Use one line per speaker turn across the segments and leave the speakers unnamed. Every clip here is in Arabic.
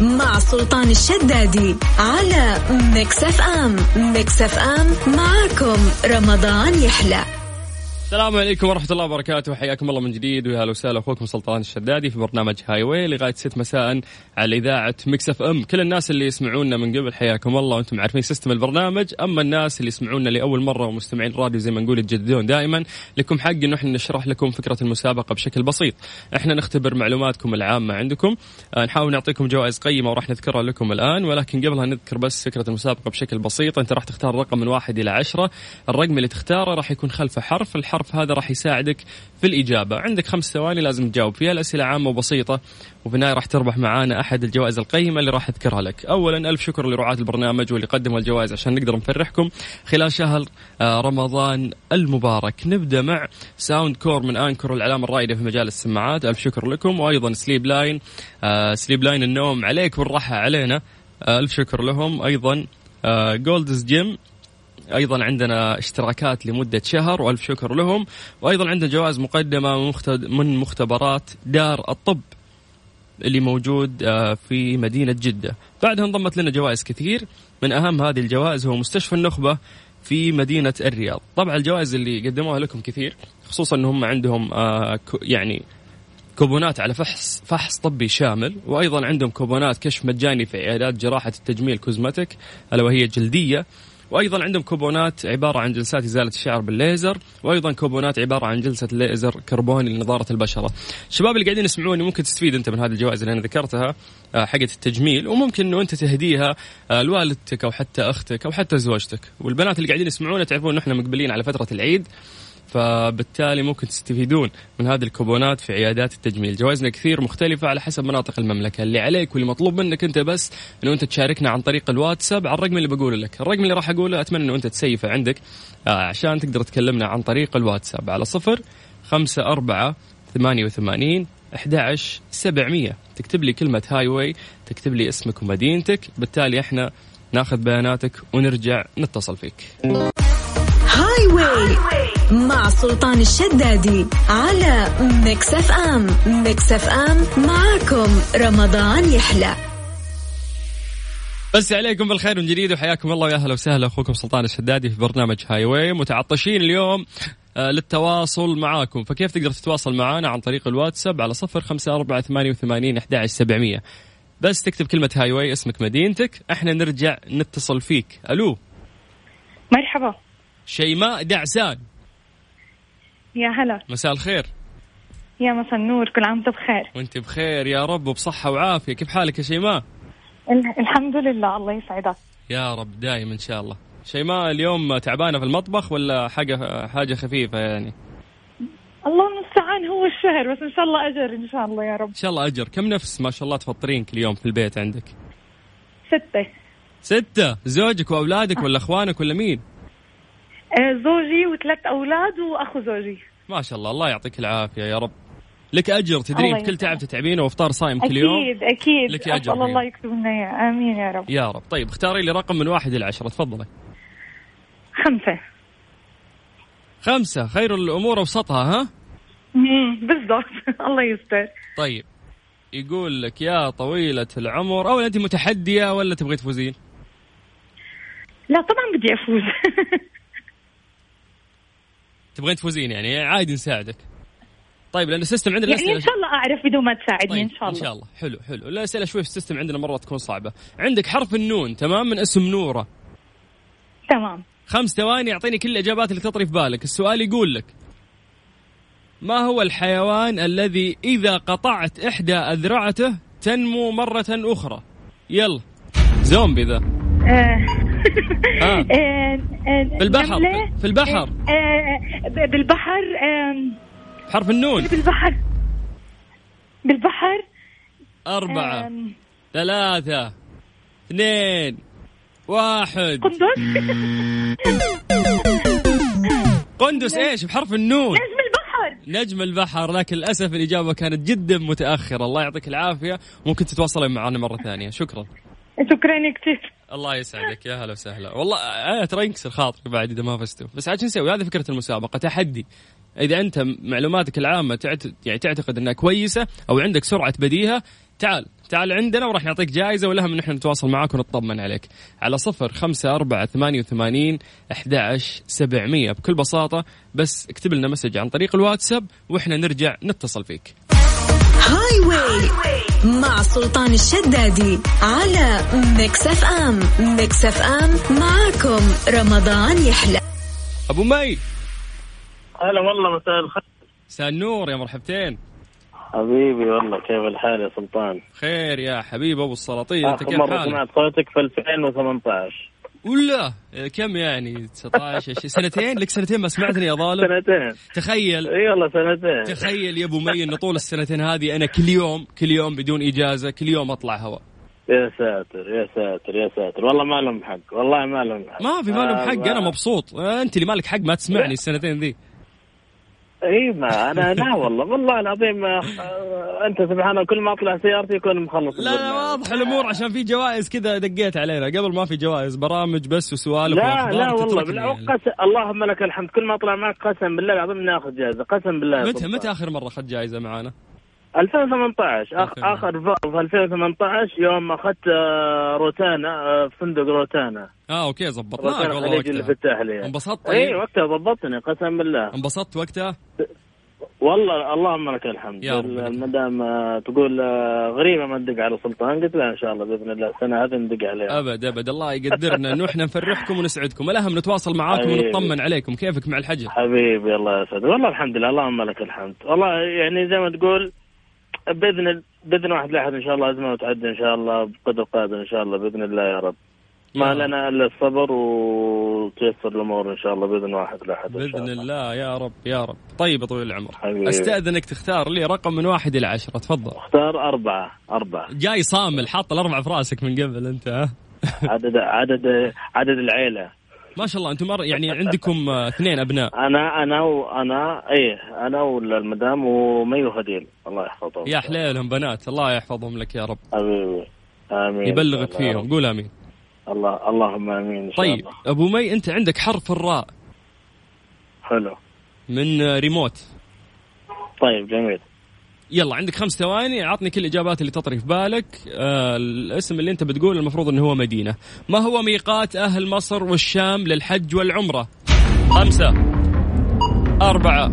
مع سلطان الشدادي على ميكس اف ام ميكس اف ام معاكم رمضان يحلى
السلام عليكم ورحمة الله وبركاته حياكم الله من جديد ويا هلا وسهلا اخوكم سلطان الشدادي في برنامج هاي واي لغاية 6 مساء على اذاعة مكس اف ام، كل الناس اللي يسمعونا من قبل حياكم الله وانتم عارفين سيستم البرنامج، اما الناس اللي يسمعونا لاول مرة ومستمعين الراديو زي ما نقول يتجددون دائما، لكم حق انه احنا نشرح لكم فكرة المسابقة بشكل بسيط، احنا نختبر معلوماتكم العامة عندكم، آه، نحاول نعطيكم جوائز قيمة وراح نذكرها لكم الان ولكن قبلها نذكر بس فكرة المسابقة بشكل بسيط، انت راح تختار رقم من واحد الى عشرة، الرقم اللي تختاره راح يكون خلفه حرف، الحرف هذا راح يساعدك في الإجابة عندك خمس ثواني لازم تجاوب فيها الأسئلة عامة وبسيطة وفي النهاية راح تربح معانا أحد الجوائز القيمة اللي راح أذكرها لك أولا ألف شكر لرعاة البرنامج واللي قدموا الجوائز عشان نقدر نفرحكم خلال شهر آه، رمضان المبارك نبدأ مع ساوند كور من أنكر العلامة الرائدة في مجال السماعات ألف شكر لكم وأيضا سليب لاين آه، سليب لاين النوم عليك والراحة علينا آه، ألف شكر لهم أيضا آه، جولدز جيم ايضا عندنا اشتراكات لمده شهر والف شكر لهم وايضا عندنا جوائز مقدمه من مختد- من مختبرات دار الطب اللي موجود آه، في مدينه جده بعدها انضمت لنا جوائز كثير من اهم هذه الجوائز هو مستشفى النخبه في مدينه الرياض طبعا الجوائز اللي قدموها لكم كثير خصوصا ان هم عندهم آه، كو- يعني كوبونات على فحص فحص طبي شامل وايضا عندهم كوبونات كشف مجاني في عيادات جراحه التجميل كوزمتك الا وهي جلديه وايضا عندهم كوبونات عباره عن جلسات ازاله الشعر بالليزر وايضا كوبونات عباره عن جلسه ليزر كربوني لنضاره البشره. الشباب اللي قاعدين يسمعوني ممكن تستفيد انت من هذه الجوائز اللي انا ذكرتها آه، حقت التجميل وممكن انه انت تهديها آه، لوالدتك او حتى اختك او حتى زوجتك والبنات اللي قاعدين يسمعونا تعرفون ان احنا مقبلين على فتره العيد فبالتالي ممكن تستفيدون من هذه الكوبونات في عيادات التجميل جوائزنا كثير مختلفة على حسب مناطق المملكة اللي عليك واللي مطلوب منك أنت بس أنه أنت تشاركنا عن طريق الواتساب على الرقم اللي بقوله لك الرقم اللي راح أقوله أتمنى أنه أنت تسيفه عندك آه، عشان تقدر تكلمنا عن طريق الواتساب على صفر خمسة أربعة ثمانية وثمانين 11 700 تكتب لي كلمة هاي واي تكتب لي اسمك ومدينتك بالتالي احنا ناخذ بياناتك ونرجع نتصل فيك
هاي واي مع سلطان الشدادي على ميكس اف ام ميكس اف ام معاكم رمضان يحلى
بس عليكم بالخير من جديد وحياكم الله ويا اهلا وسهلا اخوكم سلطان الشدادي في برنامج هاي واي متعطشين اليوم آه، للتواصل معاكم فكيف تقدر تتواصل معنا عن طريق الواتساب على صفر خمسة أربعة ثمانية وثمانين أحد سبعمية بس تكتب كلمة هاي واي اسمك مدينتك احنا نرجع نتصل فيك ألو
مرحبا
شيماء دعسان
يا هلا
مساء الخير
يا مسا النور كل عام وانت بخير
وانت بخير يا رب وبصحة وعافية كيف حالك يا شيماء
ال- الحمد لله الله يسعدك
يا رب دايم إن شاء الله شيماء اليوم تعبانة في المطبخ ولا حاجة حاجة خفيفة يعني
الله المستعان هو الشهر بس ان شاء الله اجر ان شاء الله يا رب
ان شاء الله اجر كم نفس ما شاء الله تفطرين كل يوم في البيت عندك
ستة
ستة زوجك واولادك ولا اخوانك ولا مين
آه، زوجي وثلاث اولاد واخو زوجي
ما شاء الله الله يعطيك العافية يا رب لك اجر تدرين
الله
بكل تعب
يسعدك.
تتعبين وافطار صايم كل يوم
اكيد اكيد
لك أجر إيه.
أسأل الله
اليوم.
يكتب لنا اياه امين يا رب
يا رب طيب اختاري لي رقم من واحد الى عشرة تفضلي
خمسة
خمسة خير الامور اوسطها ها
مم، بالضبط الله يستر
طيب يقول لك يا طويلة العمر أولا أنت متحدية ولا تبغي تفوزين؟
لا طبعا بدي افوز
تبغين تفوزين يعني عادي نساعدك. طيب لأن السيستم عندنا
يعني ان
الأسئلة
شاء الله اعرف بدون ما تساعدني ان شاء
ان طيب، شاء
الله
الله حلو حلو الاسئله شوي في السيستم عندنا مره تكون صعبه عندك حرف النون تمام من اسم نوره
تمام
خمس ثواني يعطيني كل الاجابات اللي تطري في بالك السؤال يقول لك ما هو الحيوان الذي اذا قطعت احدى اذرعته تنمو مره اخرى يلا زومبي ذا
آه.
آه.
آه، آه،
في البحر
نملة.
في البحر
آه، ب- بالبحر آم،
حرف النون
بالبحر بالبحر
أربعة
آم،
ثلاثة اثنين واحد
قندوز
قندس ايش بحرف النون
نجم البحر
نجم البحر لكن للاسف الاجابه كانت جدا متاخره الله يعطيك العافيه ممكن تتواصلين معنا مره ثانيه شكرا
شكرا كثير
الله يسعدك يا هلا آه، وسهلا والله انا ترى ينكسر خاطري بعد اذا ما فزتوا بس عاد شو نسوي هذه فكره المسابقه تحدي اذا انت معلوماتك العامه تعت... يعني تعتقد انها كويسه او عندك سرعه بديهه تعال تعال عندنا وراح نعطيك جائزة ولها من نحن نتواصل معاك ونطمن عليك على صفر خمسة أربعة ثمانية وثمانين أحد سبعمية بكل بساطة بس اكتب لنا مسج عن طريق الواتساب وإحنا نرجع نتصل فيك
هاي واي مع سلطان الشدادي على ميكس اف ام ميكس اف ام معاكم رمضان يحلى
أبو مي
هلا والله مساء الخير
مساء النور يا مرحبتين
حبيبي والله كيف الحال يا سلطان؟
خير يا حبيب أبو السلاطين أنت
آخر
كيف
آه، مرة
حالك
سمعت صوتك في 2018
ولا آه، كم يعني 19 20 سنتين لك سنتين ما سمعتني يا ظالم
سنتين
تخيل
اي والله سنتين
تخيل يا ابو مي ان طول السنتين هذه انا كل يوم كل يوم بدون اجازه كل يوم اطلع هواء
يا ساتر يا ساتر يا ساتر والله ما لهم حق والله ما لهم حق
ما في مالهم
آه،
حق انا مبسوط آه، انت اللي مالك حق ما تسمعني السنتين ذي
اي ما انا لا والله والله العظيم آه، انت سبحان الله كل ما اطلع سيارتي يكون مخلص
لا لا
البرنامج.
واضح الامور عشان في جوائز كذا دقيت علينا قبل ما في جوائز برامج بس وسوالف
لا
واخبار
لا والله
تتركني
بالله
يعني.
قسم اللهم لك الحمد كل ما اطلع معك قسم بالله العظيم ناخذ جائزه قسم بالله يا
متى
سلطان.
متى اخر مره اخذت جائزه معانا؟
2018 آخ...
2018.
اخر ف- في 2018 يوم اخذت آه، روتانا آه، فندق روتانا
اه اوكي ظبطناك
روتانا
والله
خليجي اللي في
وقتها
التحليه
انبسطت
اي
طيب؟
وقتها ضبطني قسم بالله
انبسطت وقتها؟
والله اللهم لك الحمد
يا رب لك.
المدام آه، تقول آه، غريبه ما تدق على سلطان قلت لا ان شاء الله باذن الله السنه هذه ندق عليها
ابد ابد الله يقدرنا انه احنا نفرحكم ونسعدكم الاهم نتواصل معاكم
حبيبي.
ونطمن عليكم كيفك مع الحجر؟
حبيبي الله يسعدك والله الحمد لله اللهم لك الحمد والله يعني زي ما تقول باذن باذن واحد لاحد ان شاء الله ازمه وتعدي ان شاء الله بقدر قادر ان شاء الله باذن الله يا رب ما
يا رب.
لنا الا الصبر وتيسر الامور ان شاء الله باذن واحد لاحد إن شاء
باذن الله يا رب يا رب طيب يا طويل العمر
حبيبي.
استاذنك تختار لي رقم من واحد الى عشره تفضل
اختار أربعة أربعة
جاي صامل حاط الاربعه في راسك من قبل انت ها
عدد عدد عدد العيلة
ما شاء الله انتم مر... يعني عندكم آه، اثنين ابناء
أنا أنا وأنا إيه أنا والمدام ومي وخديل الله يحفظهم
يا حليلهم بنات الله يحفظهم لك يا رب
حبيبي آمين
يبلغك
الله-
فيهم قول امين
الله اللهم آمين إن شاء
طيب
الله.
ابو مي انت عندك حرف الراء
حلو
من آه، ريموت
طيب جميل
يلا عندك خمس ثواني عطني كل الاجابات اللي تطري في بالك آه الاسم اللي انت بتقول المفروض انه هو مدينه ما هو ميقات اهل مصر والشام للحج والعمره خمسه اربعه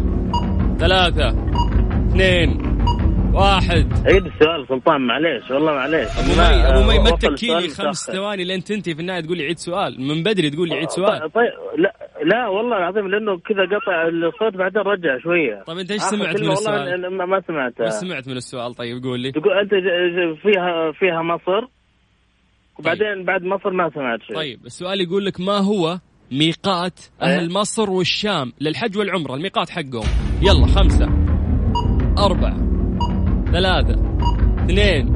ثلاثه اثنين واحد
عيد السؤال سلطان معليش والله معليش
ابو مي
ما-
ابو مي ما
وصل
تكيني
السؤال
خمس
متأخر.
ثواني لين تنتهي في النهايه تقول لي عيد سؤال من بدري تقول لي عيد سؤال
طيب لا لا والله العظيم لانه كذا قطع الصوت بعدين رجع شويه
طيب انت ايش
آخر
سمعت من
كلمة والله
السؤال؟
أنا- ما- ما سمعتها
ايش سمعت من السؤال طيب قول لي
تقول انت ج- ج- فيها فيها مصر وبعدين بعد مصر ما سمعت شيء
طيب السؤال يقول لك ما هو ميقات
إيه.
أهل مصر والشام للحج والعمرة الميقات حقهم يلا خمسة أربعة ثلاثة اثنين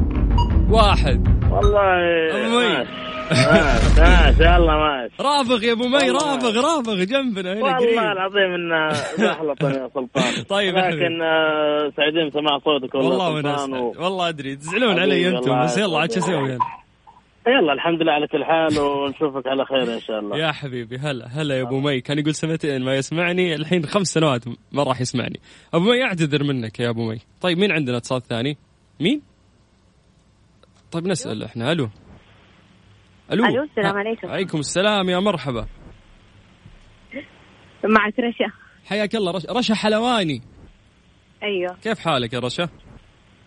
واحد
والله
أمي.
ماشي ماشي ماشي، يلا ماشي
رافغ يا ابو مي
والله.
رافغ رافغ جنبنا هنا
والله
قريب
العظيم ان زحلطني يا سلطان
طيب يا حبيبي.
لكن آه، سعيدين بسماع صوتك والله
والله من
سلطان و...
أسعد. والله ادري تزعلون
حبيبي
علي انتم
الله
بس يلا عاد شو
يسعدك.
اسوي أنا؟
يلا الحمد لله على كل حال ونشوفك على خير ان شاء الله
يا حبيبي هلا هلا يا ابو مي كان يقول سنتين ما يسمعني الحين خمس سنوات ما راح يسمعني ابو مي اعتذر منك يا ابو مي طيب مين عندنا اتصال ثاني مين طيب نسال احنا الو الو
ألو، السلام
ها-
عليكم.
عليكم السلام يا مرحبا
معك رشا
حياك الله رشا, رشا حلواني
ايوه
كيف حالك يا رشا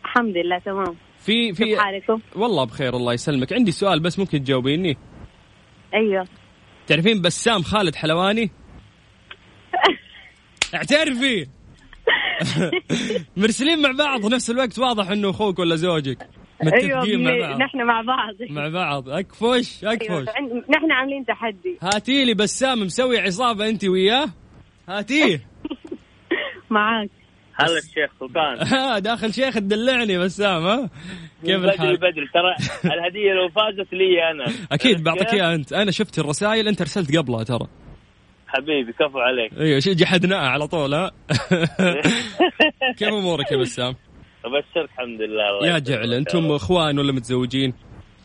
الحمد لله تمام
في في
كيف حالكم؟
والله بخير الله يسلمك عندي سؤال بس ممكن تجاوبيني
ايوه
تعرفين بسام خالد حلواني اعترفي مرسلين مع بعض في نفس الوقت واضح انه اخوك ولا زوجك متفقين مع
بن-
بعض
أيوة، نحن مع بعض
مع بعض اكفش اكفش
أيوة. عند- نحن عاملين تحدي
هاتي لي بسام مسوي عصابه انت وياه هاتيه
معاك
هلا الشيخ سلطان
ها، داخل شيخ تدلعني بسام ها كيف
بدري
الحال
بدري ترى الهديه لو فازت لي انا
اكيد بعطيك اياها انت انا شفت الرسائل انت ارسلت قبلها ترى
حبيبي كفو عليك
ايوه شي جحدناها على طول ها كيف امورك يا بسام
ابشرك الحمد لله طيب، الله
يا
يسعدك.
جعل انتم اخوان ولا متزوجين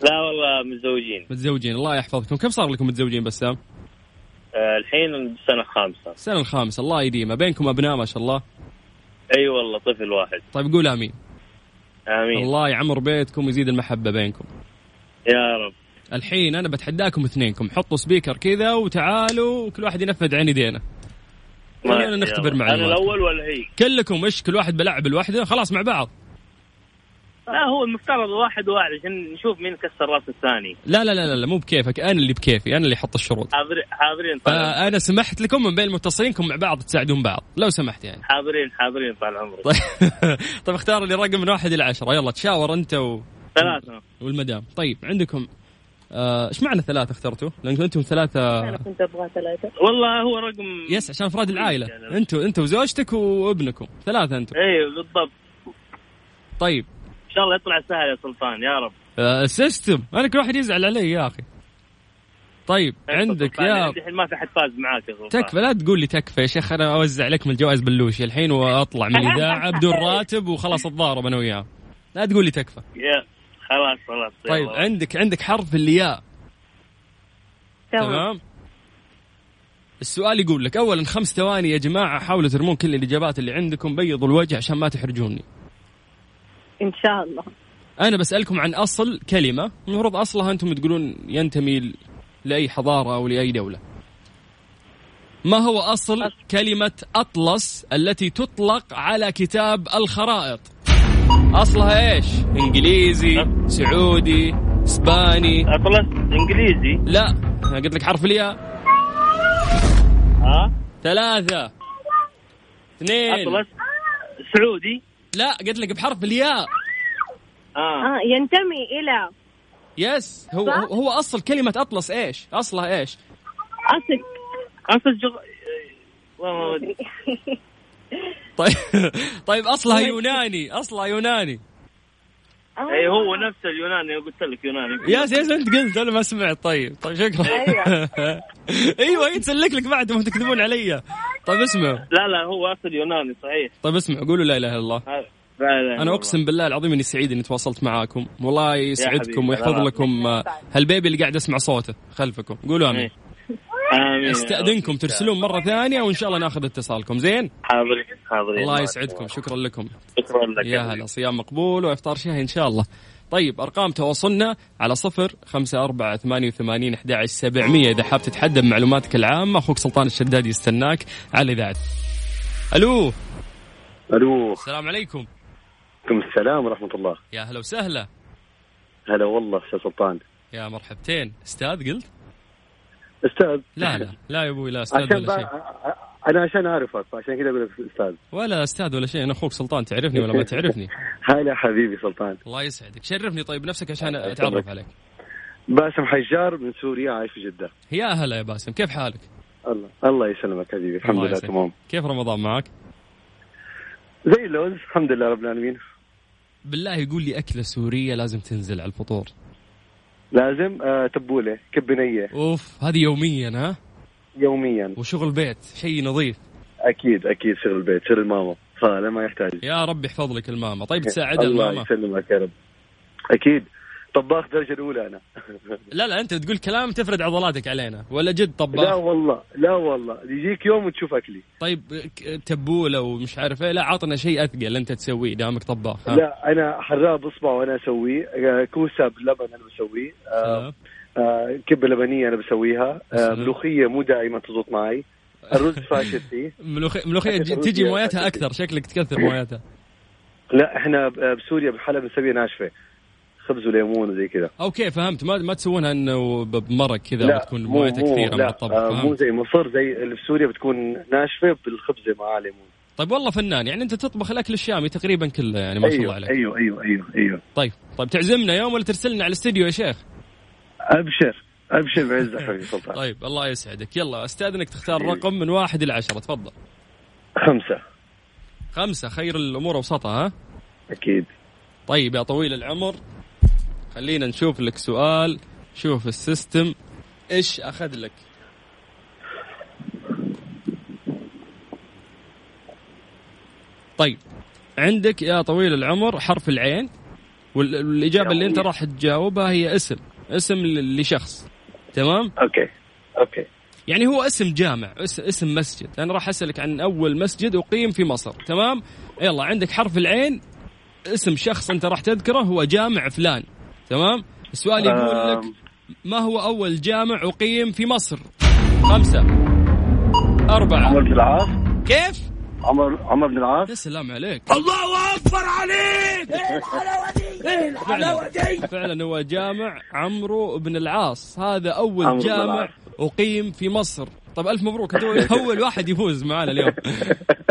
لا والله متزوجين
متزوجين الله يحفظكم كم صار لكم متزوجين بسام
آه، الحين السنه الخامسه
السنه الخامسه الله يديمه بينكم ابناء ما شاء الله
اي أيوة والله طفل واحد
طيب قول امين
امين
الله يعمر بيتكم ويزيد المحبه بينكم
يا رب
الحين انا بتحداكم اثنينكم حطوا سبيكر كذا وتعالوا وكل واحد ينفذ عين يدينا
ما-
خلونا نختبر
يلا.
معلومات.
انا الاول ولا هي؟
كلكم ايش كل واحد بلعب لوحده خلاص مع بعض
لا هو المفترض واحد واحد عشان نشوف مين كسر راس الثاني
لا لا لا لا, لا مو بكيفك انا اللي بكيفي انا اللي حط الشروط
حاضرين حاضرين طال
فانا سمحت لكم من بين متصلينكم مع بعض تساعدون بعض لو سمحت يعني
حاضرين حاضرين طال عمرك
طيب طيب اختار لي رقم من واحد الى عشره يلا تشاور انت و...
ثلاثة
والمدام طيب عندكم آه، ايش معنى ثلاثه اخترتوا؟ لانكم انتم ثلاثه
انا كنت ابغى ثلاثه
والله هو رقم
يس عشان افراد العائله
يعني-
انتوا انت وزوجتك وابنكم ثلاثه انتم
اي إيه، بالضبط
طيب
ان شاء الله يطلع سهل يا سلطان يا رب
آه، سيستم انا كل واحد يزعل علي يا اخي طيب عندك
سلطان،
يا
عندي الحين ما في حد فاز معاك يا سلطان
تكفى لا تقول لي تكفى يا شيخ انا اوزع لك من الجوائز بلوشي الحين واطلع من الاذاعه بدون راتب وخلاص اتضارب انا وياه لا تقول لي تكفى
يا خلاص خلاص
طيب
يلا.
عندك عندك حرف الياء
تمام
تمام السؤال يقول لك اولا خمس ثواني يا جماعه حاولوا ترمون كل الاجابات اللي عندكم بيضوا الوجه عشان ما تحرجوني
ان شاء الله
انا بسالكم عن اصل كلمه المفروض اصلها انتم تقولون ينتمي ل- لاي حضاره او لاي دوله ما هو اصل كلمه اطلس التي تطلق على كتاب الخرائط اصلها ايش انجليزي سعودي اسباني
اطلس انجليزي
لا انا قلت لك حرف الياء
ها
ثلاثة اثنين
اطلس سعودي
لا قلت لك بحرف الياء
اه
اه ينتمي الى
يس هو
صح؟
هو هو اصل كلمة اطلس ايش؟ اصلها ايش؟
اصل
اطلس جغ... والله ما ودي.
طيب طيب اصلها يوناني اصلها يوناني
آه.
اي هو نفس اليوناني قلت لك يوناني
ياس ياس انت قلت انا ما سمعت طيب طيب شكرا ايوه يتسلك لك بعد ما تكذبون علي طيب اسمع
لا لا هو اصل يوناني صحيح
طيب اسمع قولوا لا اله الا الله
هذا. لا لا
انا اقسم بالله العظيم اني سعيد اني تواصلت معاكم والله يسعدكم
حبيبي،
ويحفظ
لا.
لكم آه، هالبيبي اللي قاعد اسمع صوته خلفكم قولوا امين
امين
استاذنكم ترسلون مره ثانيه وان شاء الله ناخذ اتصالكم زين
حاضرين حاضرين
الله يسعدكم شكرا لكم
شكرا لك
يا هلا صيام مقبول وافطار شهي ان شاء الله طيب ارقام تواصلنا على صفر خمسة أربعة ثمانية وثمانين أحد عشر سبعمية إذا حاب تتحدى بمعلوماتك العامة أخوك سلطان الشداد يستناك على إذاعة ألو
الو
السلام عليكم
عليكم السلام ورحمه الله
يا هلا وسهلا
هلا والله استاذ سلطان
يا مرحبتين استاذ قلت
استاذ
لا لا لا يا ابوي لا استاذ
عشان
ولا
بقى...
شيء
انا عشان اعرفك فعشان كذا اقول لك استاذ
ولا استاذ ولا شيء انا اخوك سلطان تعرفني ولا ما تعرفني
هلا حبيبي سلطان
الله يسعدك شرفني طيب نفسك عشان اتعرف عليك
باسم حجار من سوريا عايش في جده
يا هلا يا باسم كيف حالك
الله الله يسلمك حبيبي الحمد
الله
لله
يسعدك.
تمام
كيف رمضان معك
زي اللوز الحمد لله رب العالمين
بالله يقول لي اكله سوريه لازم تنزل على الفطور
لازم آه تبوله كبنيه
اوف هذه يوميا ها
يوميا
وشغل بيت شيء نظيف
اكيد اكيد سر البيت سر الماما فلا ما يحتاج
يا رب يحفظ لك الماما طيب تساعدها
الله
الماما
يسلمك يا رب اكيد طباخ درجه الاولى انا
لا لا انت تقول كلام تفرد عضلاتك علينا ولا جد
لا
طباخ
والله لا والله يجيك يوم وتشوف اكلي
طيب ك- تبوله ومش عارف ايه لا عطنا شيء اثقل انت تسويه دامك طباخ ها
لا انا حراق بصبع وانا اسويه آه، كوسه بلبن انا بسويه آه،
سلام.
آه، كبه لبنيه انا بسويها آه،
سلام.
ملوخيه مو دائما تزبط معي الرز فاشل فيه
ملوخية ملوخية
أكل
ج-
روسيا،
تجي مويتها
أكل.
أكثر شكلك تكثر مويتها
لا احنا ب- بسوريا بحلب بنسويها ناشفه خبز وليمون وزي كذا
أوكي فهمت ما ما تسوونها إنه ب- بمرق كذا
لا
وتكون
مو-
مويتها
مو-
كثيرة مع
لا
الطبخ
آه، مو
فهمت
زي مصر زي اللي في سوريا بتكون ناشفه بالخبزه مع ليمون
طيب والله فنان يعني أنت تطبخ الأكل الشامي تقريبا كله يعني ما شاء الله
ايوه
عليك
ايوه ايوه ايوه ايوه
طيب طيب تعزمنا يوم ولا ترسلنا على الاستديو يا شيخ
ابشر ابشر بعزك حبيبي سلطان
طيب الله يسعدك يلا استاذنك تختار رقم من واحد الى عشرة تفضل
خمسه
خمسة خير الامور اوسطها ها
اكيد
طيب يا طويل العمر خلينا نشوف لك سؤال شوف السيستم ايش اخذ لك طيب عندك يا طويل العمر حرف العين وال- والاجابه اللي انت راح تجاوبها هي اسم اسم ل- لشخص تمام
اوكي اوكي
يعني هو اسم جامع اس- اسم مسجد انا راح اسالك عن اول مسجد اقيم في مصر تمام يلا عندك حرف العين اسم شخص انت راح تذكره هو جامع فلان تمام السؤال يقول لك
آم،
ما هو اول جامع اقيم في مصر خمسة أربعة
عمر بن العاص
كيف؟
عمر عمر بن العاص
يا سلام عليك الله
إيه،
اكبر عليك ايه الحلاوه دي فعلا, فعلا هو جامع عمرو بن العاص هذا
عمرو
اول
بن
جامع
العاص.
اقيم في مصر طب الف مبروك هو اول واحد يفوز معنا اليوم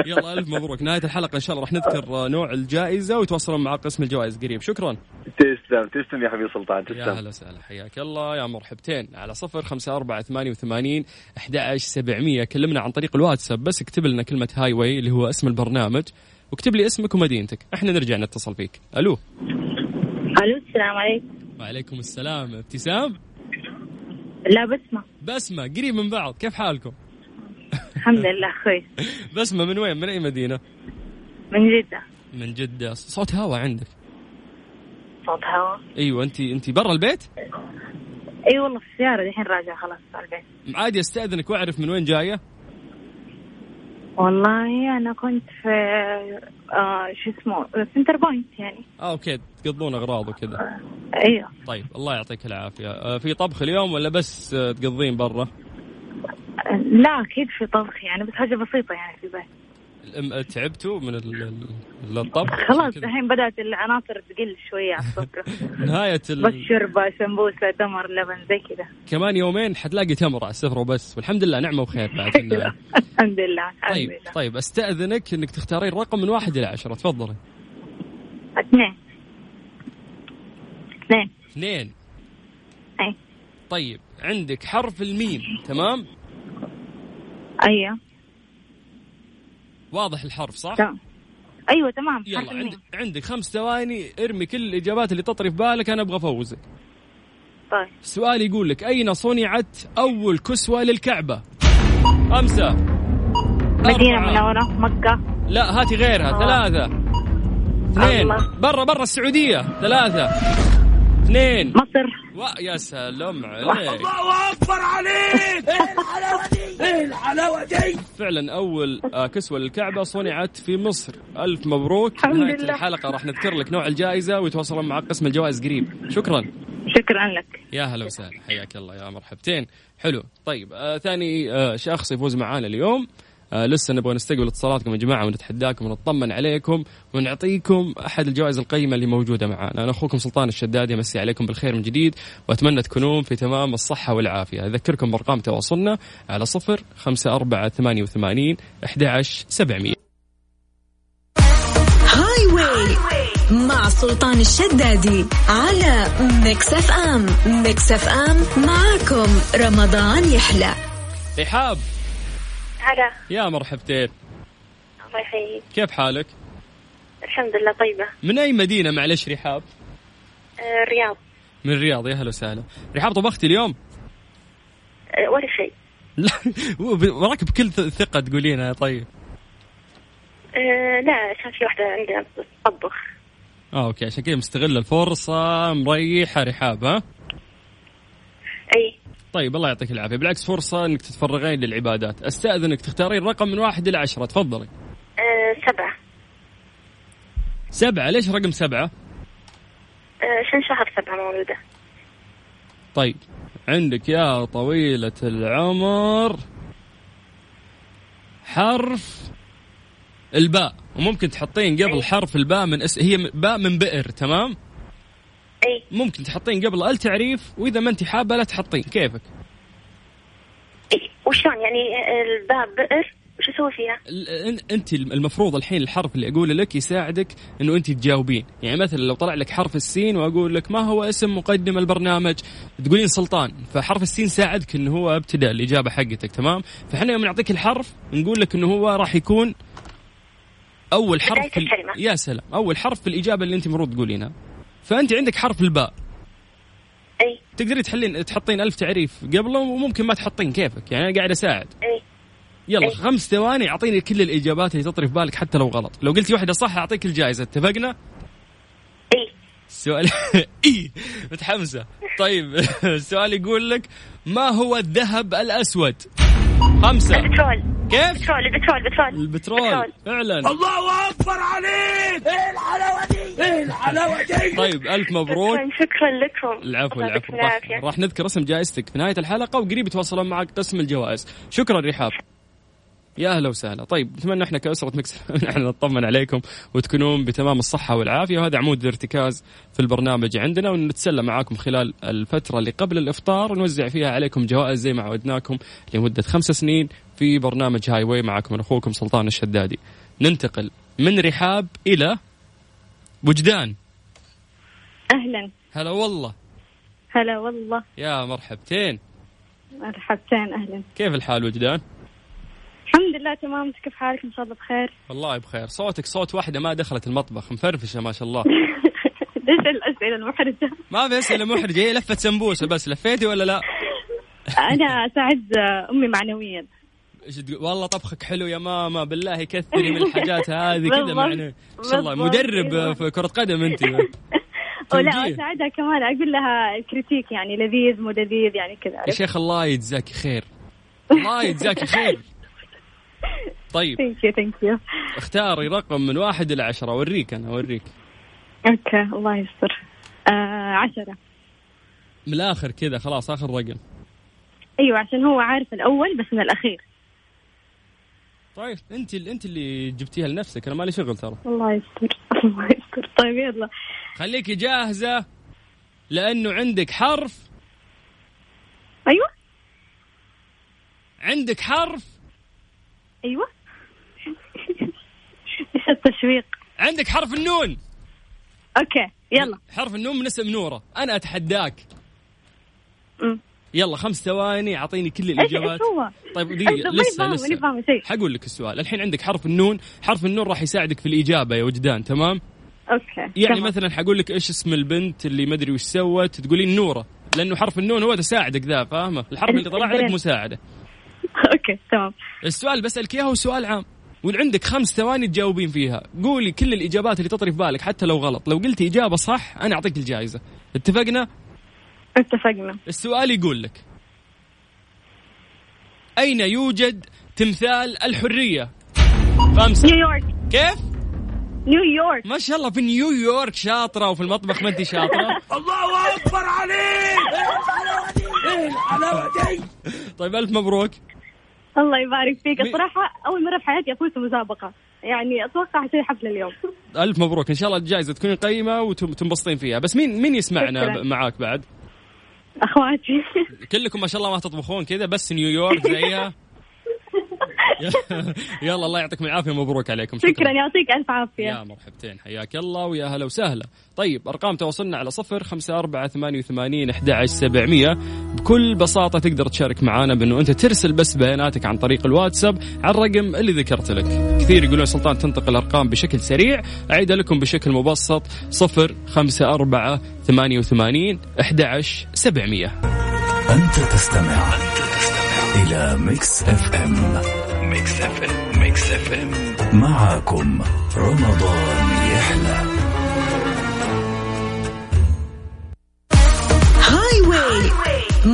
يلا الف مبروك نهايه الحلقه ان شاء الله راح نذكر آه، نوع الجائزه ويتواصلون مع قسم الجوائز قريب شكرا
تسلم تسلم يا حبيبي سلطان
يا
تسلم
هلا وسهلا حياك الله يا مرحبتين على صفر خمسة أربعة ثمانية وثمانين أحد عشر سبعمية كلمنا عن طريق الواتساب بس اكتب لنا كلمة هاي واي اللي هو اسم البرنامج واكتب لي اسمك ومدينتك احنا نرجع نتصل فيك الو
الو السلام عليكم
وعليكم السلام ابتسام
لا بسمع
بسمة قريب من بعض كيف حالكم
الحمد لله كويس
بسمة من وين من أي مدينة
من جدة
من جدة صوت هوا عندك
صوت هوا
ايوه انت انت برا البيت
اي والله في السيارة دحين راجعة خلاص على البيت
عادي استأذنك واعرف من وين جاية
والله انا كنت في آه شو اسمه سنتر بوينت يعني
اه اوكي تقضون اغراض وكذا
ايوه
طيب الله يعطيك العافية آه، في طبخ اليوم ولا بس آه، تقضين برا
لا اكيد في طبخ يعني بس حاجه بسيطه يعني في البيت
الأم- تعبتوا من ال- ال- الطبخ
خلاص
كذا.
الحين بدات العناصر تقل شويه على السفره
نهاية
بس
ال...
شوربه سمبوسه تمر لبن زي كذا
كمان يومين حتلاقي تمر على السفرة وبس والحمد لله نعمة وخير بعد النعمة.
الحمد لله الحمد
طيب
لله
طيب استأذنك انك تختارين رقم من واحد إلى عشرة تفضلي
اثنين اثنين
اثنين
أي.
طيب عندك حرف الميم تمام
ايوه
واضح الحرف صح؟
تمام ايوه تمام
يلا
حرف الميم.
عند... عندك خمس ثواني ارمي كل الإجابات اللي تطري في بالك أنا أبغى أفوزك
طيب
السؤال يقول لك أين صنعت أول كسوة للكعبة؟ خمسة
مدينه
أربعة.
منوره مكه
لا هاتي غيرها
آه.
ثلاثة اثنين
الله.
برا برا السعودية ثلاثة اثنين
مصر
و... يا سلام عليك
إيه
فعلا اول آه، كسوه للكعبه صنعت في مصر الف مبروك
الحمد
نهايه
لله.
الحلقه راح نذكر لك نوع الجائزه ويتواصلون مع قسم الجوائز قريب شكرا
شكرا لك
يا هلا وسهلا حياك الله يا مرحبتين حلو طيب آه ثاني آه شخص يفوز معانا اليوم آه لسه نبغى نستقبل اتصالاتكم يا جماعه ونتحداكم ونطمن عليكم ونعطيكم احد الجوائز القيمه اللي موجوده معانا انا اخوكم سلطان الشدادي امسي عليكم بالخير من جديد واتمنى تكونون في تمام الصحه والعافيه اذكركم بارقام تواصلنا على صفر خمسه اربعه ثمانيه وثمانين احدى عشر سبعمئه
هاي واي مع سلطان الشدادي على ميكس اف ام ميكس اف ام معاكم رمضان يحلى
رحاب
هلا
يا مرحبتين
الله يحييك
كيف حالك
الحمد لله طيبه
من اي مدينه معلش رحاب
آه، الرياض
من الرياض يا هلا وسهلا رحاب طبختي اليوم
آه، ولا شيء
لا وب- وراك بكل ث- ثقة تقولينها يا طيب
آه، لا عشان في واحدة عندنا تطبخ
اه اوكي عشان كذا مستغلة الفرصة مريحة رحاب ها
أي
طيب الله يعطيك العافية بالعكس فرصة انك تتفرغين للعبادات استأذنك تختارين رقم من واحد إلى عشرة تفضلي
آه، سبعة
سبعة ليش رقم سبعة
عشان آه، شهر سبعة مولودة
طيب عندك يا طويلة العمر حرف الباء وممكن تحطين قبل حرف الباء من اس... هي م- باء من بئر تمام
أي
ممكن تحطين قبل التعريف واذا ما انت حابه لا تحطين كيفك
أي وشلون يعني الباب بئر وش أسوي فيها؟
ال- أن- انت المفروض الحين الحرف اللي اقوله لك يساعدك انه انت تجاوبين يعني مثلا لو طلع لك حرف السين واقول لك ما هو اسم مقدم البرنامج تقولين سلطان فحرف السين ساعدك انه هو ابتدى الاجابه حقتك تمام فاحنا يوم نعطيك الحرف نقول لك انه هو راح يكون اول حرف
بداية
في ال-
الكلمة.
يا سلام اول حرف في الاجابه اللي انت المفروض تقولينها فانت عندك حرف الباء
أي
تقدري تحلين تحطين ألف تعريف قبله وممكن ما تحطين كيفك يعني انا قاعد اساعد
أي
يلا
إيه.
خمس ثواني اعطيني كل الاجابات اللي تطري في بالك حتى لو غلط لو قلتي واحده صح اعطيك الجائزه اتفقنا
أي
السؤال إيه، اي متحمسه طيب السؤال يقول لك ما هو الذهب الاسود خمسة
البترول
كيف؟
البترول البترول البترول
البترول فعلا
الله اكبر عليك ايه الحلاوه دي ايه الحلاوه دي
طيب ألف مبروك
شكراً- شكرا لكم
العفو
الله يعطيكم
العفو
العافية.
راح, راح نذكر اسم جائزتك في نهاية الحلقة وقريب يتواصلون معك قسم الجوائز شكرا رحاب يا اهلا وسهلا طيب نتمنى احنا كأسرة مكس احنا نطمن عليكم وتكونون بتمام الصحة والعافية وهذا عمود الارتكاز في البرنامج عندنا ونتسلى معاكم خلال الفترة اللي قبل الافطار ونوزع فيها عليكم جوائز زي ما عودناكم لمدة خمس سنين في برنامج هاي واي معكم من اخوكم سلطان الشدادي ننتقل من رحاب الى وجدان
اهلا
هلا والله
هلا والله
يا مرحبتين
مرحبتين اهلا
كيف الحال وجدان؟
الحمد لله تمام انت كيف حالك ان شاء الله بخير
والله بخير صوتك صوت واحدة ما دخلت المطبخ مفرفشة ما شاء الله
ليش الاسئله المحرجه
ما في أسئلة محرجة هي لفة سمبوسة بس لفيتي ولا لا
انا اساعد امي معنويا
إيش تقول؟ والله طبخك حلو يا ماما بالله كثري من الحاجات هذه كذا
بالضبط.
معنى ان شاء الله
بالضبط. إيه.
مدرب في كرة قدم انت
ولا
توجيه.
اساعدها كمان اقول لها الكريتيك يعني لذيذ مو لذيذ يعني كذا
يا
عرفت؟
شيخ الله يجزاك خير الله يجزاك خير طيب
ثانك يو ثانك يو
اختاري رقم من واحد إلى عشرة أوريك أنا أوريك
اوكي الله يستر آه عشرة
من الآخر كذا خلاص آخر رقم
ايوه عشان هو عارف الاول بس من الاخير
طيب أنت أنت اللي جبتيها لنفسك أنا مالي شغل ترى
الله يستر الله يستر طيب يلا
خليكي جاهزة لأنه عندك حرف
ايوه
عندك حرف
ايوه ايش التشويق
عندك حرف النون
اوكي يلا
حرف النون من اسم نورة أنا أتحداك
أمم.
يلا خمس ثواني أعطيني كل
ايش
الإجابات
ايش هو؟
طيب
أنت
دقيقة
ماني
لسه
فاهمة- ماني
لسه
فاهمة شيء
حقول لك السؤال الحين عندك حرف النون حرف النون راح يساعدك في الإجابة يا وجدان تمام
اوكي
يعني
تمام.
مثلا حقول لك إيش اسم البنت اللي مدري وش سوت تقولين نورة لأنه حرف النون هو تساعدك ذا فاهمة الحرف اللي طلع لك
البنت.
مساعدة
اوكي تمام
السؤال بسألك إياه هو سؤال عام وعندك خمس ثواني تجاوبين فيها قولي كل الإجابات اللي تطري في بالك حتى لو غلط لو قلتي إجابة صح أنا أعطيك الجائزة اتفقنا
اتفقنا
السؤال يقول لك أين يوجد تمثال الحرية خمسة
نيويورك
كيف
نيويورك
ما شاء الله في نيويورك شاطرة وفي المطبخ ما أنت شاطرة
الله اكبر عليك ايه الحلاوه دي ايه الحلاوه دي
طيب ألف مبروك
الله يبارك فيك
مي-
الصراحة أول مرة في حياتي أفوز في مسابقة يعني أتوقع أسوي حفلة اليوم
ألف مبروك إن شاء الله الجائزة تكون قيمة وتنبسطين فيها بس مين مين يسمعنا
شكراً.
ب- معاك بعد
أخواتي
كلكم ما شاء الله ما تطبخون كذا بس نيويورك زيها يلا الله يعطيكم العافيه مبروك عليكم شكرا,
شكرا يعطيك ألف
يا
عافية
مرحبتين حياك الله ويا هلا وسهلا طيب ارقام تواصلنا على صفر خمسة أربعة ثمانية وثمانين أحد عشر سبعمية بكل بساطة تقدر تشارك معنا بأنه أنت ترسل بس بياناتك عن طريق الواتساب على الرقم اللي ذكرت لك كثير يقولون سلطان تنطق الأرقام بشكل سريع أعيدها لكم بشكل مبسط صفر خمسة أربعة ثمانية وثمانين أحد عشر سبعمية
أنت تستمع أنت تستمع إلى ميكس أف أم ميكس أف أم ميكس أف أم معكم رمضان يحلى
هاي واي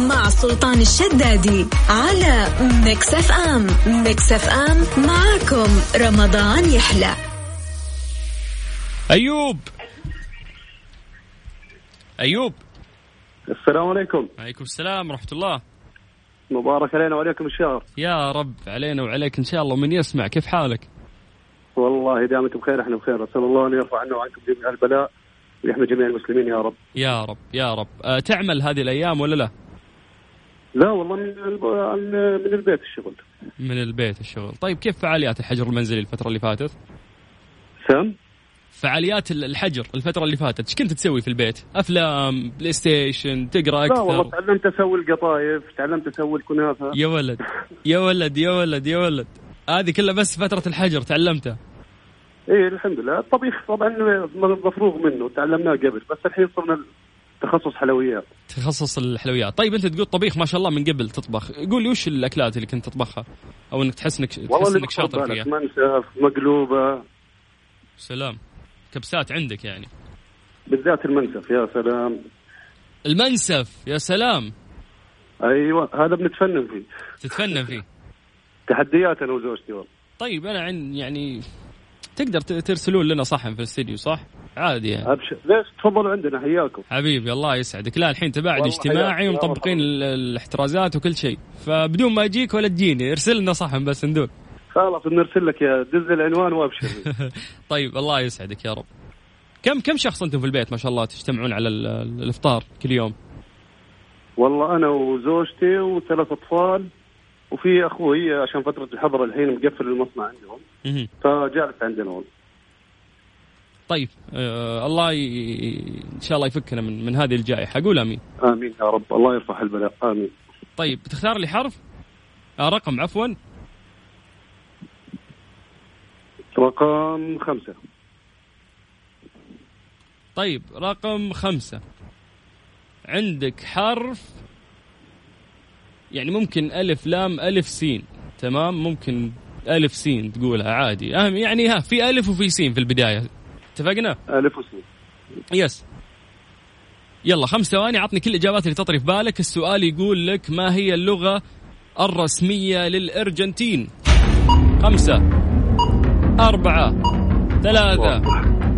مع سلطان الشدادي على ميكس اف ام ميكس اف ام معاكم رمضان يحلى
أيوب أيوب
السلام عليكم
عليكم السلام ورحمة الله
مبارك علينا وعليكم الشهر
يا رب علينا وعليك إن شاء الله من يسمع كيف حالك
والله دامت بخير احنا بخير اسال الله ان يرفع عنا وعنكم جميع البلاء ويحمي جميع المسلمين يا رب
يا رب يا رب أه تعمل هذه الأيام ولا لا
لا والله من الب... عن- من البيت الشغل
من البيت الشغل طيب كيف فعاليات الحجر المنزلي الفترة اللي فاتت
سام
فعاليات ال- الحجر الفترة اللي فاتت ايش كنت تسوي في البيت أفلام بلاي ستيشن تقرأ
لا والله
أكثر
تعلمت اسوي القطايف تعلمت اسوي الكنافه
يا ولد يا ولد يا ولد يا ولد هذه كلها بس فترة الحجر تعلمتها
ايه الحمد لله الطبيخ طبعا مفروغ منه تعلمناه قبل بس الحين صرنا تخصص حلويات
تخصص الحلويات طيب انت تقول طبيخ ما شاء الله من قبل تطبخ قول لي وش الاكلات اللي كنت تطبخها او انك تحس انك تحس
والله اللي
انك
بخطر
شاطر
بالك
فيها
منسف مقلوبه
سلام كبسات عندك يعني
بالذات المنسف يا سلام
المنسف يا سلام
ايوه أيوة، هذا بنتفنن فيه
تتفنن فيه
تحديات انا وزوجتي والله
طيب انا عن يعني تقدر ت- ترسلون لنا صحن في الاستديو صح؟ عادي يعني
ابشر ليش تفضلوا عندنا حياكم
حبيبي الله يسعدك لا الحين تباعد
والله حياك،
اجتماعي
يا
ومطبقين
مرحبا.
ال- الاحترازات وكل شيء فبدون ما اجيك ولا تجيني ارسل لنا صحن بس ندور
خلاص بنرسل لك يا دز العنوان وابشر
طيب الله يسعدك يا رب كم كم شخص انتم في البيت ما شاء الله تجتمعون على ال- ال- الافطار كل يوم
والله انا وزوجتي وثلاث اطفال وفي اخوي عشان فتره الحظر الحين مقفل المصنع عندهم
مهم.
فجالس عندنا والله
طيب آه الله ي... ان شاء الله يفكنا من من هذه الجائحه قول امين
امين يا رب الله يرفع البلاء امين
طيب تختار لي حرف آه رقم عفوا
رقم خمسه
طيب رقم خمسة عندك حرف يعني ممكن ألف لام ألف سين تمام ممكن ألف سين تقولها عادي أهم يعني ها في ألف وفي سين في البداية اتفقنا
الف وسين
يس يلا خمس ثواني عطني كل الإجابات اللي تطري في بالك السؤال يقول لك ما هي اللغة الرسمية للأرجنتين خمسة أربعة ثلاثة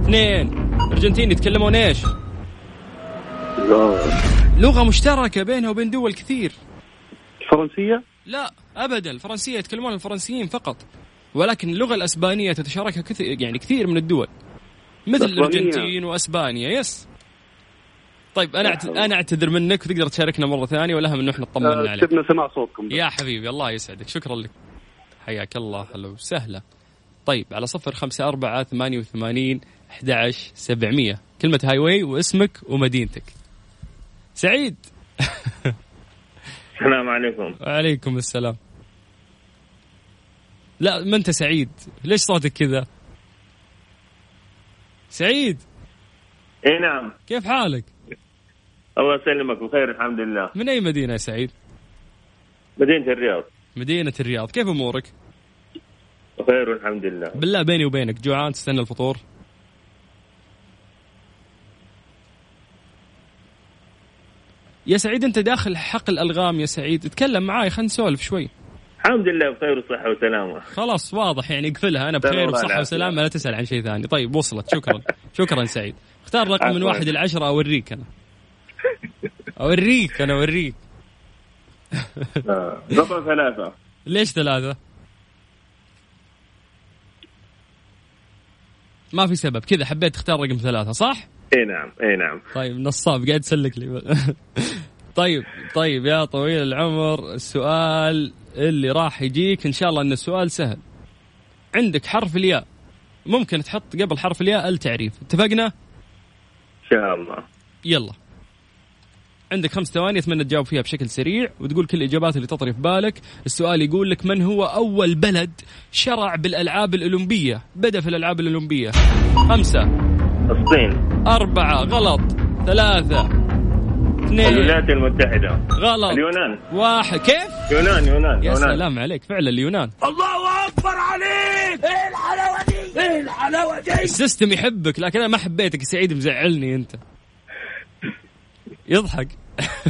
اثنين الأرجنتين يتكلمون إيش لغة مشتركة بينها وبين دول كثير
الفرنسيه
لا ابدا الفرنسيه يتكلمون الفرنسيين فقط ولكن اللغه الاسبانيه تتشاركها كثير يعني كثير من الدول مثل
الأسبانية.
الارجنتين واسبانيا يس طيب انا أعت... انا اعتذر منك وتقدر تشاركنا مره ثانيه والاهم انه احنا
آه،
اطمنا عليك
تبنا سماع صوتكم
يا حبيبي الله يسعدك شكرا لك حياك الله هلا وسهلا طيب على صفر خمسة أربعة ثمانية وثمانين أحد عشر سبعمية كلمة هاي واي واسمك ومدينتك سعيد
السلام عليكم
وعليكم السلام لا ما انت سعيد ليش صوتك كذا سعيد
اي نعم
كيف حالك
الله يسلمك بخير الحمد لله
من اي مدينه يا سعيد
مدينه الرياض
مدينه الرياض كيف امورك
بخير الحمد لله
بالله بيني وبينك جوعان تستنى الفطور يا سعيد انت داخل حقل الغام يا سعيد اتكلم معاي خلينا نسولف شوي
الحمد لله بخير وصحه وسلامه
خلاص واضح يعني اقفلها انا بخير
تمام،
وصحة
العافية.
وسلامة لا تسأل عن شيء ثاني طيب وصلت شكرا شكرا سعيد اختار رقم من
عفواً.
واحد إلى عشرة أوريك أنا أوريك أنا أوريك
آه. رقم ثلاثه
ليش ثلاثة ما في سبب كذا حبيت تختار رقم ثلاثة صح
اي نعم اي نعم
طيب نصاب قاعد تسلك لي طيب طيب يا طويل العمر السؤال اللي راح يجيك ان شاء الله ان السؤال سهل عندك حرف الياء ممكن تحط قبل حرف الياء التعريف اتفقنا
ان شاء الله
يلا عندك خمس ثواني اتمنى تجاوب فيها بشكل سريع وتقول كل الاجابات اللي تطري في بالك السؤال يقول لك من هو اول بلد شرع بالالعاب الاولمبيه بدا في الالعاب الاولمبيه خمسه
الصين
اربعه غلط ثلاثه اثنين
الولايات المتحده
غلط
اليونان
واحد كيف؟
يونان يونان
يا
يونان
سلام عليك فعلا اليونان الله اكبر عليك ايه الحلاوه دي ايه الحلاوه دي السيستم يحبك لكن انا ما حبيتك يا سعيد مزعلني انت يضحك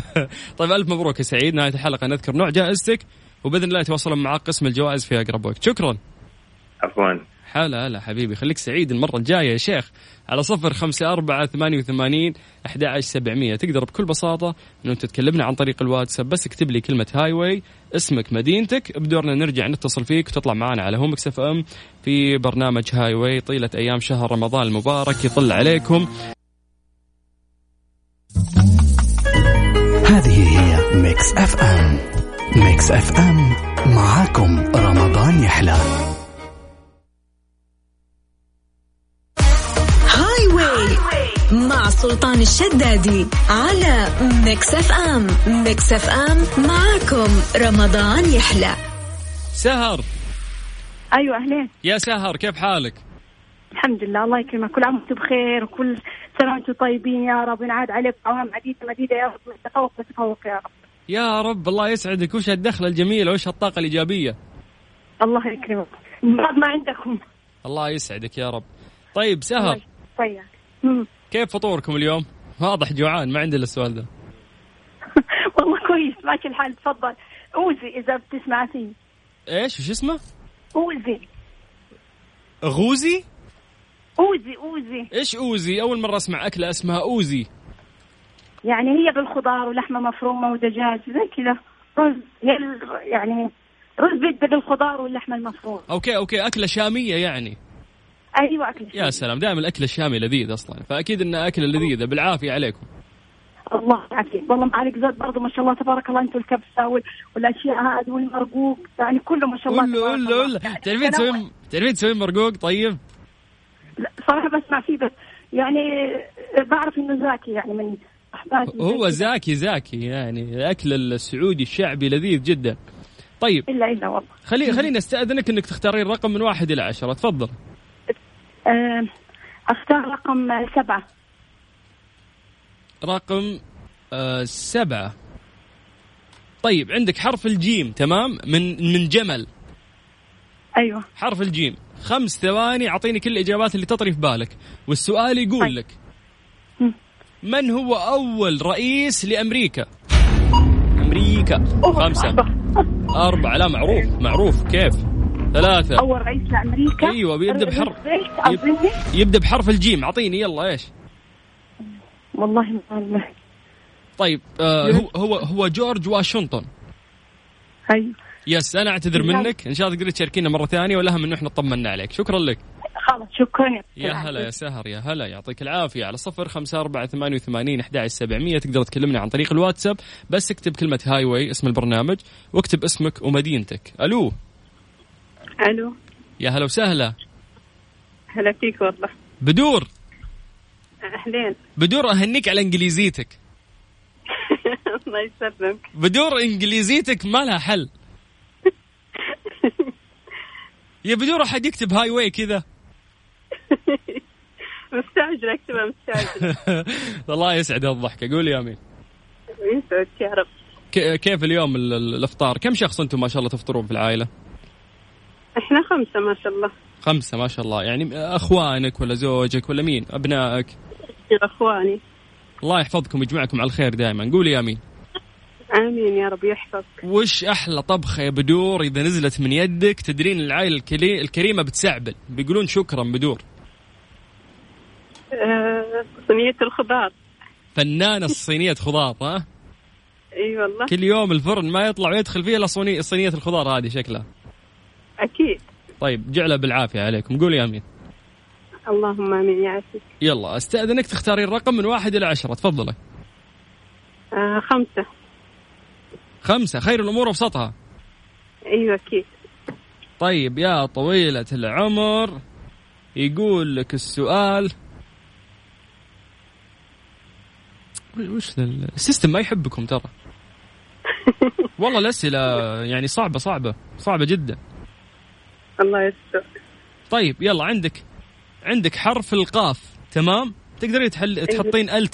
طيب الف مبروك يا سعيد نهايه الحلقه نذكر نوع جائزتك وباذن الله يتواصلون معك قسم الجوائز في اقرب وقت شكرا
عفوا
هلا هلا حبيبي خليك سعيد المرة الجاية يا شيخ على صفر خمسة أربعة ثمانية وثمانين أحد عشر سبعمية تقدر بكل بساطة أنه أنت تكلمنا عن طريق الواتساب بس اكتب لي كلمة هاي واي اسمك مدينتك بدورنا نرجع نتصل فيك وتطلع معنا على هومكس اف ام في برنامج هاي واي طيلة أيام شهر رمضان المبارك يطل عليكم
هذه هي ميكس اف ام ميكس اف ام معاكم رمضان يحلى
هاي واي مع سلطان الشدادي على ميكس اف ام ميكس اف ام معاكم رمضان يحلى
سهر
ايوه اهلين
يا سهر كيف حالك؟
الحمد لله الله يكرمك كل عام وانتم بخير وكل سنه وانتم طيبين يا رب ينعاد عليك اعوام عديده مديده يا رب والتفوق والتفوق يا رب
يا رب الله يسعدك وش هالدخلة الجميلة وش هالطاقة الإيجابية
الله يكرمك بعد ما عندكم
الله يسعدك يا رب طيب سهر
طيب مم.
كيف فطوركم اليوم؟ واضح جوعان ما عندي الا السؤال ده.
والله كويس ماشي الحال تفضل اوزي اذا بتسمع فيه
ايش وش اسمه؟
اوزي
غوزي؟
اوزي اوزي
ايش اوزي؟ اول مرة اسمع اكلة اسمها اوزي
يعني هي بالخضار ولحمه مفرومه ودجاج زي كذا رز هي ال- يعني رز بيتزا بالخضار واللحمه المفرومه
اوكي اوكي اكلة شامية يعني
ايوه اكل
يا سلام دائما الاكل الشامي لذيذ اصلا فاكيد انها اكلة لذيذة بالعافية عليكم
الله يعافيك والله معالق زاد برضه ما شاء الله تبارك الله انتم الكبسه وال... والاشياء هذه والمرقوق يعني كله ما شاء الله
قول له قول
تبارك
له
الله.
قول له
يعني
تعرفين
أنا-
تسوين تعرفين تسوين مرقوق طيب؟
لا، صراحه بسمع فيه بس يعني بعرف انه زاكي يعني من احبابي
هو زاكي زاكي يعني الاكل السعودي الشعبي لذيذ جدا طيب
الا الا والله
خلي خليني استاذنك انك تختارين رقم من واحد الى عشره تفضل
آه، اختار رقم سبعه
رقم آه سبعة طيب عندك حرف الجيم تمام من من جمل
ايوه
حرف الجيم خمس ثواني اعطيني كل الاجابات اللي تطري في بالك والسؤال يقول
طيب.
لك من هو اول رئيس لامريكا امريكا خمسة أربعة لا معروف معروف كيف ثلاثة
اول رئيس لامريكا
أيوة، بيبدأ بحرف.
روزفلت
يب-
اظني
يبدأ بحرف الجيم اعطيني يلا ايش
والله ما أعلم.
طيب آه هو هو هو جورج واشنطن
ايوه
يس انا اعتذر
نعم.
منك ان شاء الله تقدري تشاركينا مره ثانيه ولا هم انه احنا طمنا عليك شكرا لك
خلاص شكرا
يا هلا يا سهر يا هلا يعطيك العافيه على صفر خمسة أربعة ثمانية وثمانين أحد سبعمية تقدر تكلمنا عن طريق الواتساب بس اكتب كلمة هاي واي اسم البرنامج واكتب اسمك ومدينتك ألو
الو
يا هلا وسهلا
هلا فيك والله
بدور
اهلين
بدور أهنيك على إنجليزيتك
الله يسلمك
بدور إنجليزيتك ما لها حل يا بدور أحد يكتب هاي واي كذا
مستعجله اكتبها مستعجله
الله يسعد الضحكة قول يا أمين
يسعدك يا رب
ك- كيف اليوم ال- ال- الافطار؟ كم شخص انتم ما شاء الله تفطرون في العائله؟
احنا خمسه ما شاء الله
خمسه ما شاء الله، يعني اخوانك ولا زوجك ولا مين؟ ابنائك؟
اخواني
الله يحفظكم ويجمعكم على الخير دائما، قولي امين.
امين يا رب يحفظك
وش احلى طبخه يا بدور اذا نزلت من يدك تدرين العائله الكلي- الكريمه بتسعبل، بيقولون شكرا بدور.
آه، صينيه الخضار
فنانه الصينيه خضار ها؟
اي والله
كل يوم الفرن ما يطلع ويدخل فيه الا صيني- صينيه الخضار هذه شكلها.
اكيد
طيب جعله بالعافيه عليكم، قولي امين.
اللهم امين يعافيك
يلا استاذنك تختارين رقم من واحد الى عشره، تفضلي.
آه، خمسه
خمسه خير الامور اوسطها.
ايوه اكيد
طيب يا طويلة العمر يقول لك السؤال وش ذا ال- السيستم ما يحبكم ترى والله الأسئلة يعني صعبة صعبة صعبة جدا
الله يستر
طيب يلا عندك عندك حرف القاف تمام تقدري تحل تحطين ال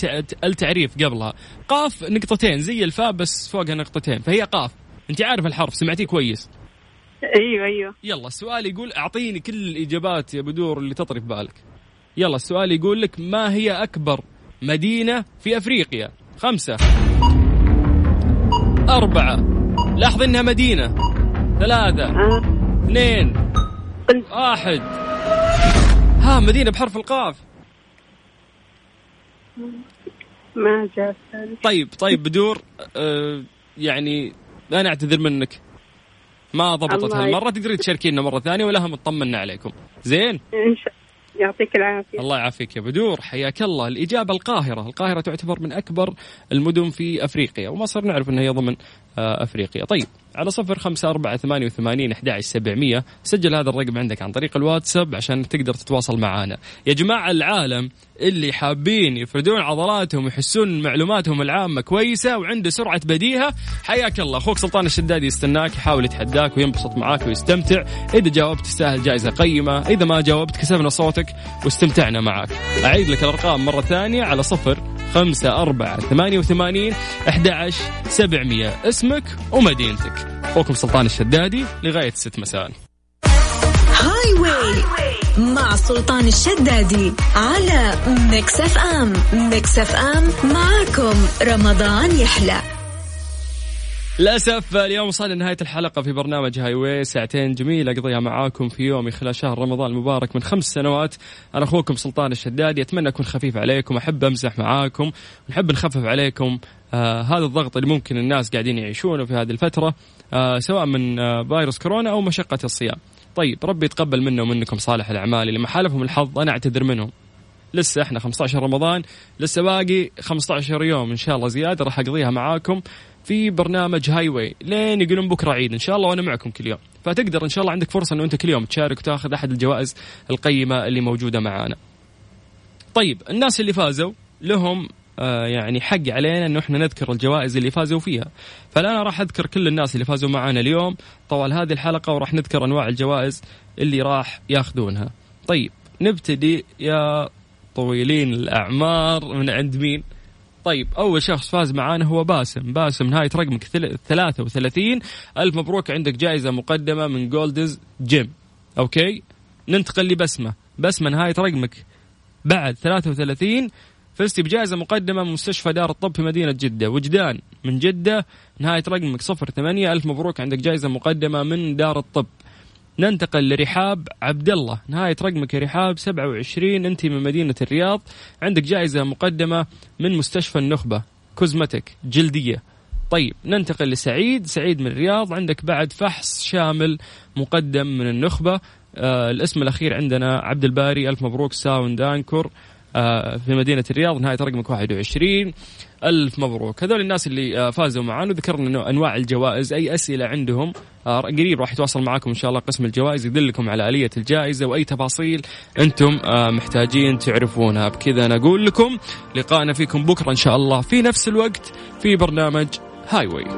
التعريف قبلها قاف نقطتين زي الفاء بس فوقها نقطتين فهي قاف انت عارف الحرف سمعتيه كويس
ايوه ايوه
يلا السؤال يقول اعطيني كل الاجابات يا بدور اللي تطري في بالك. يلا السؤال يقول لك ما هي اكبر مدينه في افريقيا؟ خمسه اربعه لاحظ انها مدينه ثلاثه
آه،
اثنين واحد ها مدينه بحرف القاف
ما جاء الثاني.
طيب طيب بدور أه يعني انا اعتذر منك ما ضبطت
الله
هالمره تقدري تشاركينا مره ثانيه ولا هم اطمنا عليكم زين
ان شاء الله يعطيك العافيه
الله يعافيك يا بدور حياك الله الإجابة القاهرة القاهرة تعتبر من أكبر المدن في أفريقيا ومصر نعرف أنها هي ضمن آه، أفريقيا طيب على صفر خمسة أربعة ثمانية وثمانين أحد سبعمية سجل هذا الرقم عندك عن طريق الواتساب عشان تقدر تتواصل معنا يا جماعة العالم اللي حابين يفردون عضلاتهم ويحسون إن معلوماتهم العامة كويسة وعنده سرعة بديهة حياك الله أخوك سلطان الشدادي يستناك يحاول يتحداك وينبسط معاك ويستمتع إذا جاوبت تستاهل جائزة قيمة إذا ما جاوبت كسبنا صوتك واستمتعنا معك أعيد لك الأرقام مرة ثانية على صفر خمسة أربعة ثمانية وثمانين أحد عشر سبعمية اسمك ومدينتك أخوكم سلطان الشدادي لغاية ست مساء
هاي واي مع سلطان الشدادي على ميكس اف ام ميكس اف ام معاكم رمضان يحلى
للاسف اليوم وصلنا لنهايه الحلقه في برنامج هاي واي ساعتين جميله اقضيها معاكم في يومي خلال شهر رمضان المبارك من خمس سنوات انا اخوكم سلطان الشدادي اتمنى اكون خفيف عليكم احب امزح معاكم ونحب نخفف عليكم آه هذا الضغط اللي ممكن الناس قاعدين يعيشونه في هذه الفتره آه سواء من آه فيروس كورونا او مشقه الصيام طيب ربي يتقبل منا ومنكم صالح الاعمال اللي ما حالفهم الحظ انا اعتذر منهم لسه احنا 15 رمضان لسه باقي 15 يوم ان شاء الله زياده راح اقضيها معاكم في برنامج هاي واي لين يقولون بكره عيد ان شاء الله وانا معكم كل يوم فتقدر ان شاء الله عندك فرصه انه انت كل يوم تشارك وتاخذ احد الجوائز القيمه اللي موجوده معانا طيب الناس اللي فازوا لهم آه، يعني حق علينا انه احنا نذكر الجوائز اللي فازوا فيها فالان راح اذكر كل الناس اللي فازوا معانا اليوم طوال هذه الحلقه وراح نذكر انواع الجوائز اللي راح ياخذونها طيب نبتدي يا طويلين الاعمار من عند مين طيب اول شخص فاز معانا هو باسم باسم نهايه رقمك ثل- 33 الف مبروك عندك جائزه مقدمه من جولدز جيم اوكي ننتقل لبسمه بسمه نهايه رقمك بعد 33 فزتي بجائزة مقدمة من مستشفى دار الطب في مدينة جدة وجدان من جدة نهاية رقمك 08 ألف مبروك عندك جائزة مقدمة من دار الطب ننتقل لرحاب عبد الله نهاية رقمك يا رحاب 27 أنت من مدينة الرياض عندك جائزة مقدمة من مستشفى النخبة كوزمتك جلدية طيب ننتقل لسعيد سعيد من الرياض عندك بعد فحص شامل مقدم من النخبة آه الاسم الأخير عندنا عبد الباري ألف مبروك ساوند أنكر آه في مدينة الرياض نهاية رقمك 21 ألف مبروك هذول الناس اللي آه فازوا معانا وذكرنا أنه أنواع الجوائز أي أسئلة عندهم آه قريب راح يتواصل معاكم إن شاء الله قسم الجوائز يدلكم على آلية الجائزة وأي تفاصيل أنتم آه محتاجين تعرفونها بكذا أنا أقول لكم لقائنا فيكم بكرة إن شاء الله في نفس الوقت في برنامج هاي واي